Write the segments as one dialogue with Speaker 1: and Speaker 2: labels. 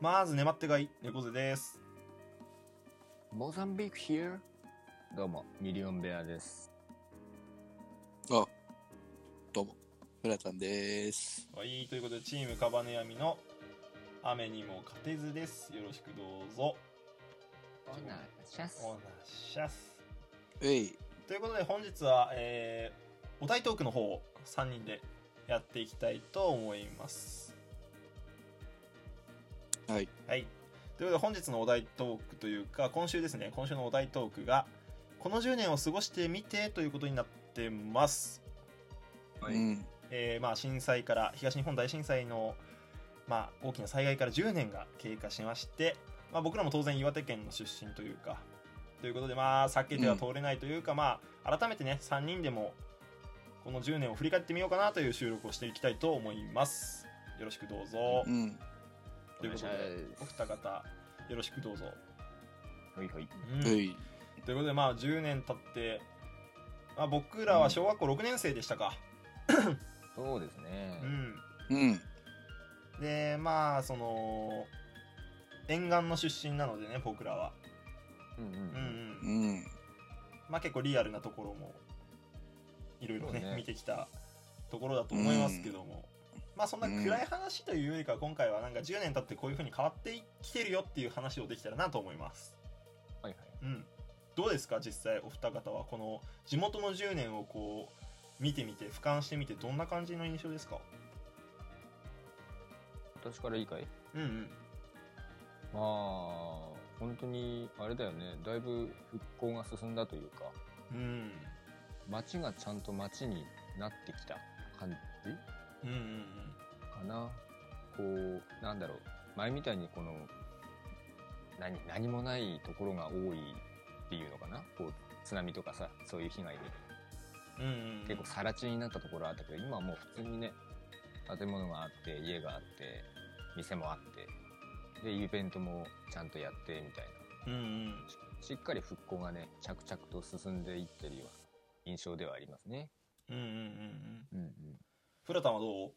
Speaker 1: まずねまってがい猫背です
Speaker 2: モザンビーク here? どうも、ミリオンベアです。
Speaker 3: 村ちゃんです。
Speaker 1: はいということでチームカバネヤミの雨にも勝てずですよろしくどうぞ
Speaker 2: オナシャス
Speaker 1: お。なしゃす
Speaker 3: えい。
Speaker 1: ということで本日は、えーお題トークの方を3人でやっていきたいと思います
Speaker 3: はい。
Speaker 1: はいということで本日のお題トークというか今週ですね今週のお題トークがこの10年を過ごしてみてということになってます
Speaker 2: はい
Speaker 3: うん。
Speaker 1: えーまあ、震災から東日本大震災の、まあ、大きな災害から10年が経過しまして、まあ、僕らも当然岩手県の出身というかということで、まあ、避けては通れないというか、まあ、改めてね3人でもこの10年を振り返ってみようかなという収録をしていきたいと思いますよろしくどうぞ、
Speaker 3: うん。
Speaker 1: ということでお二方よろしくどうぞ、
Speaker 2: はいはい。
Speaker 1: うん
Speaker 3: えい。
Speaker 1: ということでまあ10年経って、まあ、僕らは小学校6年生でしたか、
Speaker 2: そうですね
Speaker 1: う。ん、
Speaker 3: うん。
Speaker 1: でまあその沿岸の出身なのでね僕らは
Speaker 2: うんう
Speaker 1: うんうん
Speaker 3: うんん。
Speaker 1: まあ結構リアルなところもいろいろね
Speaker 2: そうね
Speaker 1: 見てきたところだと思いますけども、まあそんな暗い話というよりかは今回はなんか10年経ってこういう風に変わってきてるよっていう話をできたらなと思います
Speaker 2: はいはい。
Speaker 1: うんどうですか実際お二方はこの地元の10年をこう見てみて俯瞰してみてどんな感じの印象ですか
Speaker 2: 私からいいかい
Speaker 1: うんうん
Speaker 2: まあ、本当に、あれだよね。だいぶ復興が進んだというか、
Speaker 1: うん
Speaker 2: 街がちゃんと街になってきた感じ
Speaker 1: うんうん
Speaker 2: かな。こう、なんだろう。前みたいにこの、何、何もないところが多いっていうのかなこう、津波とかさ、そういう被害で。
Speaker 1: うんうんうんうん
Speaker 2: 結構更地になったところはあったけど今はもう普通にね建物があって家があって店もあってでイベントもちゃんとやってみたい
Speaker 1: うんうん
Speaker 2: なしっかり復興がね着々と進んでいってるような印象ではありますね。
Speaker 1: うんうんうんうん
Speaker 2: うんうん、
Speaker 1: プラタンはどう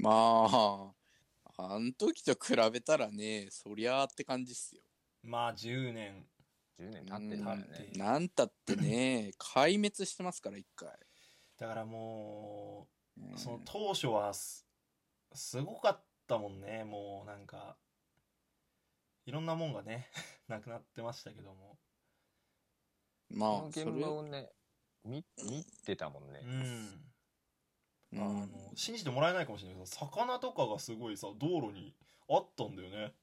Speaker 3: まあ、あん時と比べたらね、そりゃあって感じっすよ。
Speaker 1: まあ10年
Speaker 2: 10年経ってるからね
Speaker 1: うん
Speaker 3: なんたってね、壊滅してますから、一回。
Speaker 1: だからも
Speaker 3: うん
Speaker 1: うその当初はすすごかったもんねもうなんかいろんなもんがね なくなってましたけども
Speaker 2: こ
Speaker 3: ま
Speaker 2: の
Speaker 3: あ、それ
Speaker 2: 現場をね見見てたもんね
Speaker 1: う。んあ
Speaker 3: うん
Speaker 1: の信じてもらえないかもしれないけど魚とかがすごいさ道路にあったんだよね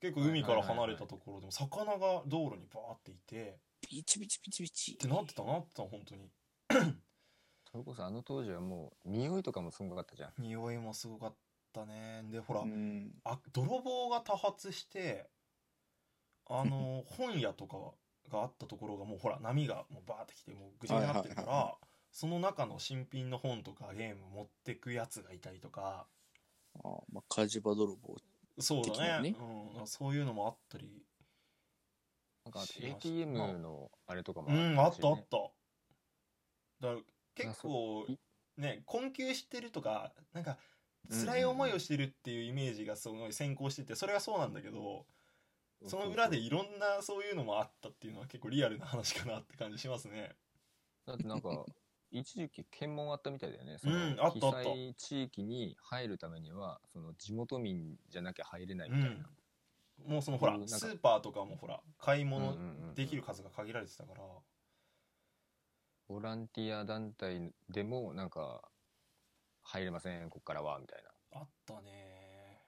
Speaker 1: 結構海から離れたところでも魚が道路にバーっていて
Speaker 3: ピチピチピチピチ
Speaker 1: っ。てなってたなってた本当に
Speaker 2: それこそあの当時はもう匂いとかもすごかったじゃん。
Speaker 1: 匂いもすごかったねでほら、
Speaker 3: うん。
Speaker 1: あ泥棒が多発してあ の本屋とかがあったところがもうほら波がもうバーってきてもうぐちゃぐちゃになってるか
Speaker 3: はいはいはい
Speaker 1: らその中の新品の本とかゲーム持ってくやつがいたりとか
Speaker 3: あまあ、火事場泥棒。
Speaker 1: そう
Speaker 3: 的
Speaker 1: だ
Speaker 3: な
Speaker 1: ね
Speaker 3: ね
Speaker 1: うん、そういうのもあったり
Speaker 2: なんかあと
Speaker 1: しました
Speaker 2: ATM のあれとかも
Speaker 1: うんあ
Speaker 2: あ
Speaker 1: っ
Speaker 2: った
Speaker 1: あ
Speaker 2: た
Speaker 1: っただから結構
Speaker 2: い
Speaker 1: ね困窮してるとかなんか辛い思いをしてるっていうイメージがすごい先行しててそれがそうなんだけどその裏でいろんなそういうのもあったっていうのは結構リアルな話かなって感じしますね。
Speaker 2: だって なんか一時期検問あったみたいだよね。その
Speaker 1: うんあったあった
Speaker 2: 被災地域に入るためにはその地元民じゃなきゃ入れないみたいな。
Speaker 1: もうそのほら
Speaker 2: うんなんか
Speaker 1: スーパーとかもほら買い
Speaker 2: うん
Speaker 1: 物
Speaker 2: うんうん
Speaker 1: できる数が限られてたから
Speaker 2: ボランティア団体でもなんか入れませんここからはみたいな。
Speaker 1: あったね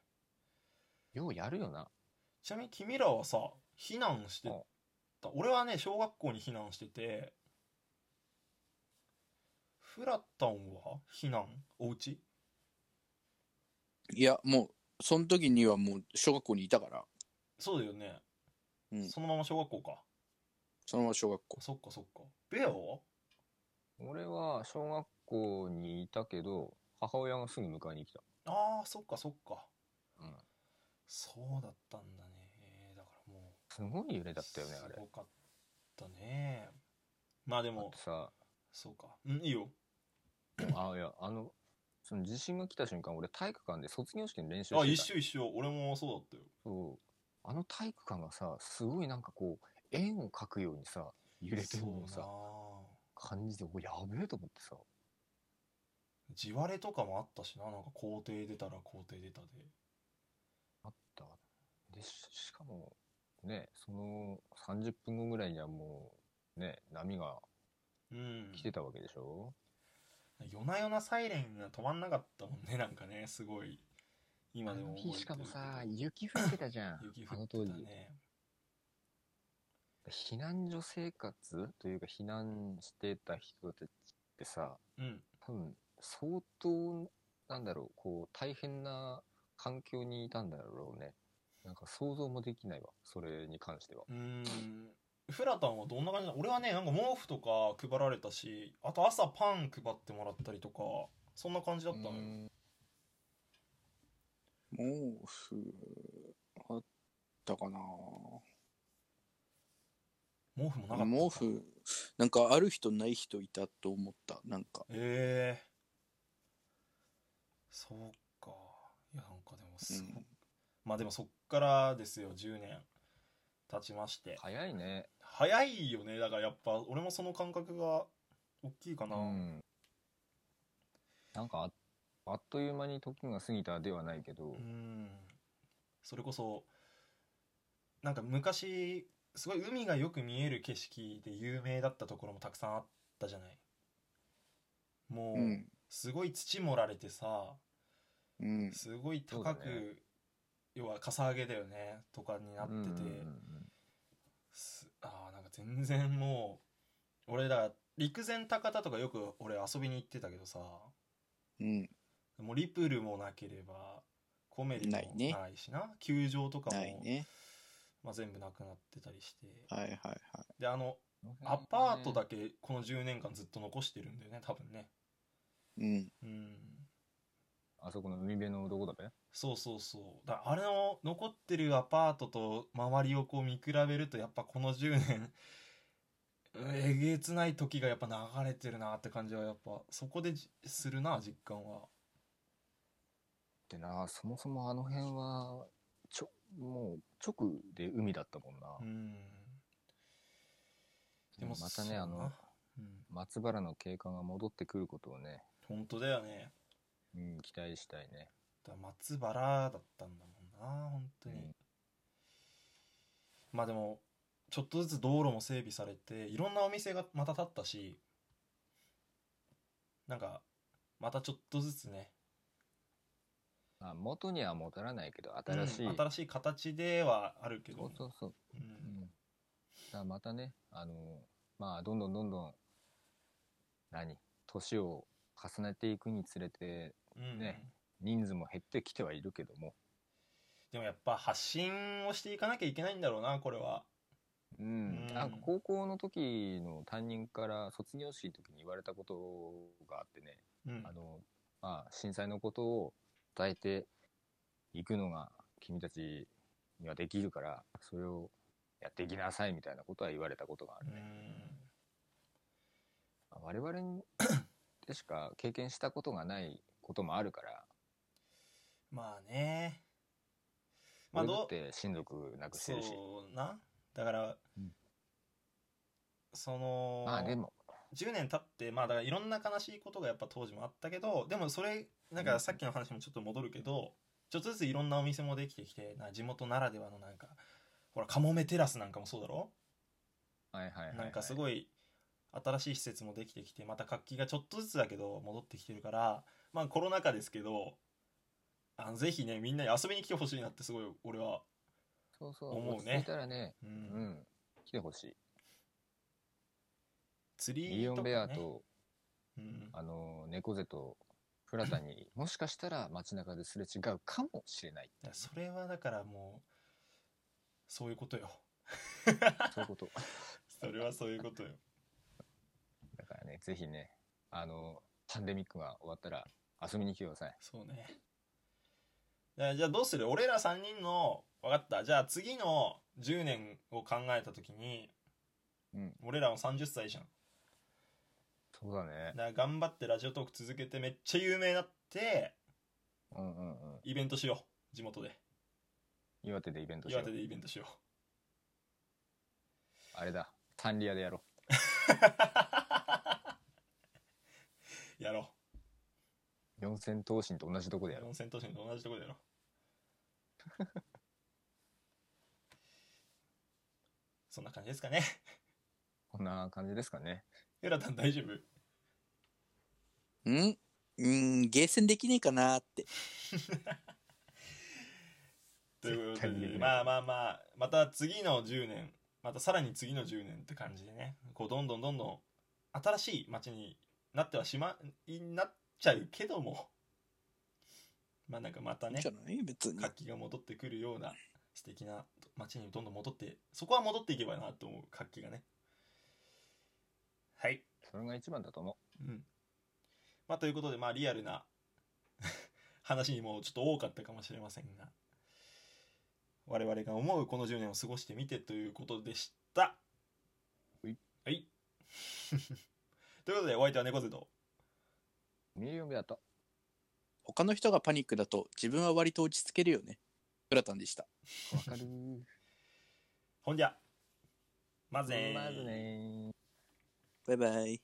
Speaker 2: ようやるよな。
Speaker 1: ちなみに君らはさ避難してた俺はね小学校に避難しててフラタンは避難お家
Speaker 3: いや、もう、その時にはもう、小学校にいたから。
Speaker 1: そうだよね、
Speaker 3: うん
Speaker 1: そのまま小学校か
Speaker 3: そのまま小学校。
Speaker 1: そっかそっかベアは
Speaker 2: 俺は小学校にいたけど母親がすぐ迎えに来た。
Speaker 1: あーそっかそっか
Speaker 2: うん
Speaker 1: そうだったんだねだからもう
Speaker 2: すごい揺れだったよねあれ
Speaker 1: す。ごかったねまあで
Speaker 2: だっ
Speaker 1: も
Speaker 2: てさ
Speaker 1: そうかうんいいよ
Speaker 2: あいやあのその地震が来た瞬間俺体育館で卒業式の練習
Speaker 1: あ、一
Speaker 2: してた
Speaker 1: 緒一緒。俺もそうだったよ。
Speaker 2: そうあの体育館がさすごいなんかこう円を描くようにさ揺れてるのを
Speaker 1: そう
Speaker 2: さ
Speaker 1: な
Speaker 2: 感じておやべえと思ってさ
Speaker 1: あ地割れとかもあったしな。なんか校庭出たら校庭出たで。
Speaker 2: あったでししかもねその30分後ぐらいにはもうね波が
Speaker 1: うん。
Speaker 2: 来てたわけでしょ、
Speaker 1: 夜な夜なサイレンが止まんなかったもんね。 なんかね、すごい。今
Speaker 2: あ
Speaker 1: で
Speaker 2: の
Speaker 1: も覚えて
Speaker 2: 日
Speaker 1: る
Speaker 2: し
Speaker 1: けど
Speaker 2: かもさ雪降ってたじゃん
Speaker 1: 雪
Speaker 2: あ
Speaker 1: 降
Speaker 2: の
Speaker 1: って
Speaker 2: 当時
Speaker 1: たね。
Speaker 2: 避難所生活というか避難してた人たちってさ
Speaker 1: うん。
Speaker 2: 多分相当なんだろうこう大変な環境にいたんだろうねなんか想像もできないわそれに関しては
Speaker 1: うーん。フラタンはどんな感じなの俺はね、なんか毛布とか配られたし、あと朝パン配ってもらったりとか、そんな感じだったのよ。
Speaker 3: 毛布あったかな
Speaker 1: 毛布もなかった
Speaker 3: 毛布なんかある人ない人いたと思ったなんか
Speaker 1: ええそうかいやなんかでもすご
Speaker 3: うん
Speaker 1: まあでもそっからですよ10年経ちまして
Speaker 2: 早いね
Speaker 1: 早いよねだからやっぱ俺もその感覚が大きいかな、
Speaker 2: うん、なんかああっという間に時が過ぎたではないけど、
Speaker 1: うんそれこそなんか昔すごい海がよく見える景色で有名だったところもたくさんあったじゃないも
Speaker 3: う
Speaker 1: う、
Speaker 3: ん
Speaker 1: すごい土盛られてさ
Speaker 3: うん
Speaker 1: すごい
Speaker 2: そうだ
Speaker 1: 高く、
Speaker 2: ね
Speaker 1: 要はかさ上げだよねとかになってて、
Speaker 2: うんうんうん
Speaker 1: すあーなんか全然もう俺だから陸前高田とかよく俺遊びに行ってたけどさ
Speaker 3: うん
Speaker 1: もうリプルもなければコメリも
Speaker 3: ないね
Speaker 1: ないしな球場とかも、
Speaker 3: ないね
Speaker 1: まあ、全部なくなってたりして
Speaker 3: はいはいはい
Speaker 1: であの
Speaker 2: うん
Speaker 1: アパートだけこの10年間ずっと残してるんだよね多分ね
Speaker 3: うん
Speaker 1: うん
Speaker 2: あそこの海辺の男だべ
Speaker 1: そうそうそうだあれの残ってるアパートと周りをこう見比べるとやっぱこの10年 うんえげつない時がやっぱ流れてるなって感じはやっぱそこでじするな実感は
Speaker 2: ってなそもそもあの辺はちょもう直で海だったもんな、
Speaker 1: うん
Speaker 2: またねあ
Speaker 1: そうだ
Speaker 2: の
Speaker 1: なうん
Speaker 2: 松原の景観が戻ってくることをね、
Speaker 1: 本当だよね
Speaker 2: うん、期待したいね
Speaker 1: だ松原だったんだもんな本当に、
Speaker 2: うん
Speaker 1: まあでもちょっとずつ道路も整備されていろんなお店がまた建ったしなんかまたちょっとずつね
Speaker 2: まあ元には戻らないけど新しい、
Speaker 1: うん新しい形ではあるけ
Speaker 2: そ
Speaker 1: ど
Speaker 2: うそうそう
Speaker 1: う
Speaker 2: うんん、だからまたねあのまあどんどんどんどん何年を重ねていくにつれて
Speaker 1: うん
Speaker 2: ね人数も減ってきてはいるけども、
Speaker 1: でもやっぱ発信をしていかなきゃいけないんだろうなこれは
Speaker 2: うん
Speaker 1: うん
Speaker 2: なんか高校の時の担任から卒業式の時に言われたことがあってね、
Speaker 1: うん
Speaker 2: あのまあ、震災のことを伝えていくのが君たちにはできるからそれをやっていきなさいみたいなことは言われたことがある
Speaker 1: う
Speaker 2: ね。
Speaker 1: ん
Speaker 2: まあ我々にでしか経験したことがないこともあるから、
Speaker 1: まあねまあ
Speaker 2: 俺だ
Speaker 1: ど
Speaker 2: っ
Speaker 1: う
Speaker 2: て親族なくしてるし
Speaker 1: そうなだから、
Speaker 2: うん
Speaker 1: その
Speaker 2: まあでも
Speaker 1: 10年経ってまあだからいろんな悲しいことがやっぱ当時もあったけどでもそれなんかさっきの話もちょっと戻るけど、ちょっとずついろんなお店もできてきてな地元ならではのなんかほらカモメテラスなんかもそうだろ、
Speaker 2: はいはいはいはい、
Speaker 1: なんかす
Speaker 2: い
Speaker 1: ごい新しい施設もできてきてまた活気がちょっとずつだけど戻ってきてるからまあコロナ禍ですけどあのぜひねみんなに遊びに来てほしいなってすごい俺は、
Speaker 2: そうそう
Speaker 1: 思うね
Speaker 2: 落ち着いたらね
Speaker 1: う
Speaker 2: うんん来てほし
Speaker 1: 釣
Speaker 2: い
Speaker 1: り
Speaker 2: リオンベア
Speaker 1: ね
Speaker 2: と
Speaker 1: うん
Speaker 2: あの猫背とフラタに もしかしたら街中ですれ違うかもしれない
Speaker 1: いやそれはだからもうそういうことよ
Speaker 2: そういうこと
Speaker 1: それはそういうことよ
Speaker 2: だからねぜひねあのパンデミックが終わったら遊びに来てください
Speaker 1: そうねいやじゃあどうする俺ら3人の分かったじゃあ次の10年を考えた時に、
Speaker 2: うん
Speaker 1: 俺らも30歳じゃん
Speaker 2: そうだね
Speaker 1: だから頑張ってラジオトーク続けてめっちゃ有名になっして
Speaker 2: うんうんうん。
Speaker 1: イベントしよう地元で
Speaker 2: 岩手でイベントしよ
Speaker 1: 岩手
Speaker 2: う
Speaker 1: でイベントしよ
Speaker 2: あれだ。タンリアでやろ
Speaker 1: う やろ
Speaker 2: う。四千頭身と同じとこ
Speaker 1: う
Speaker 2: でやろ
Speaker 1: 四千頭身と同じとこでや ろうそんな感じですかね
Speaker 2: う。こんな感じですかね。
Speaker 1: エラタン大丈夫
Speaker 3: んうーん、ゲーセンできねえかなーって。
Speaker 1: ということ
Speaker 2: 絶対にできな
Speaker 1: で
Speaker 2: い
Speaker 1: まあまあまあまた次の10年またさらに次の10年って感じでねこうどんどんどんどん新しい街になってはしまいなっちゃうけどもまあなんかまた
Speaker 3: いいん
Speaker 1: ね
Speaker 3: じゃない別に。
Speaker 1: 活気が戻ってくるような素敵な街にどんどん戻ってそこは戻っていけばなと思う活気がねはい、
Speaker 2: それが一番だと思
Speaker 1: うん、まあということでまあリアルな 話にもちょっと多かったかもしれませんが我々が思うこの10年を過ごしてみてということでした
Speaker 2: ほい
Speaker 1: はい ということでお相手は猫背と
Speaker 2: う。ミリオンベアと。
Speaker 3: 他の人がパニックだと自分は割と落ち着けるよね。フラタンでした。
Speaker 2: わかるー。
Speaker 1: ほんじゃまずねー
Speaker 2: まずねー。
Speaker 3: バイバイ。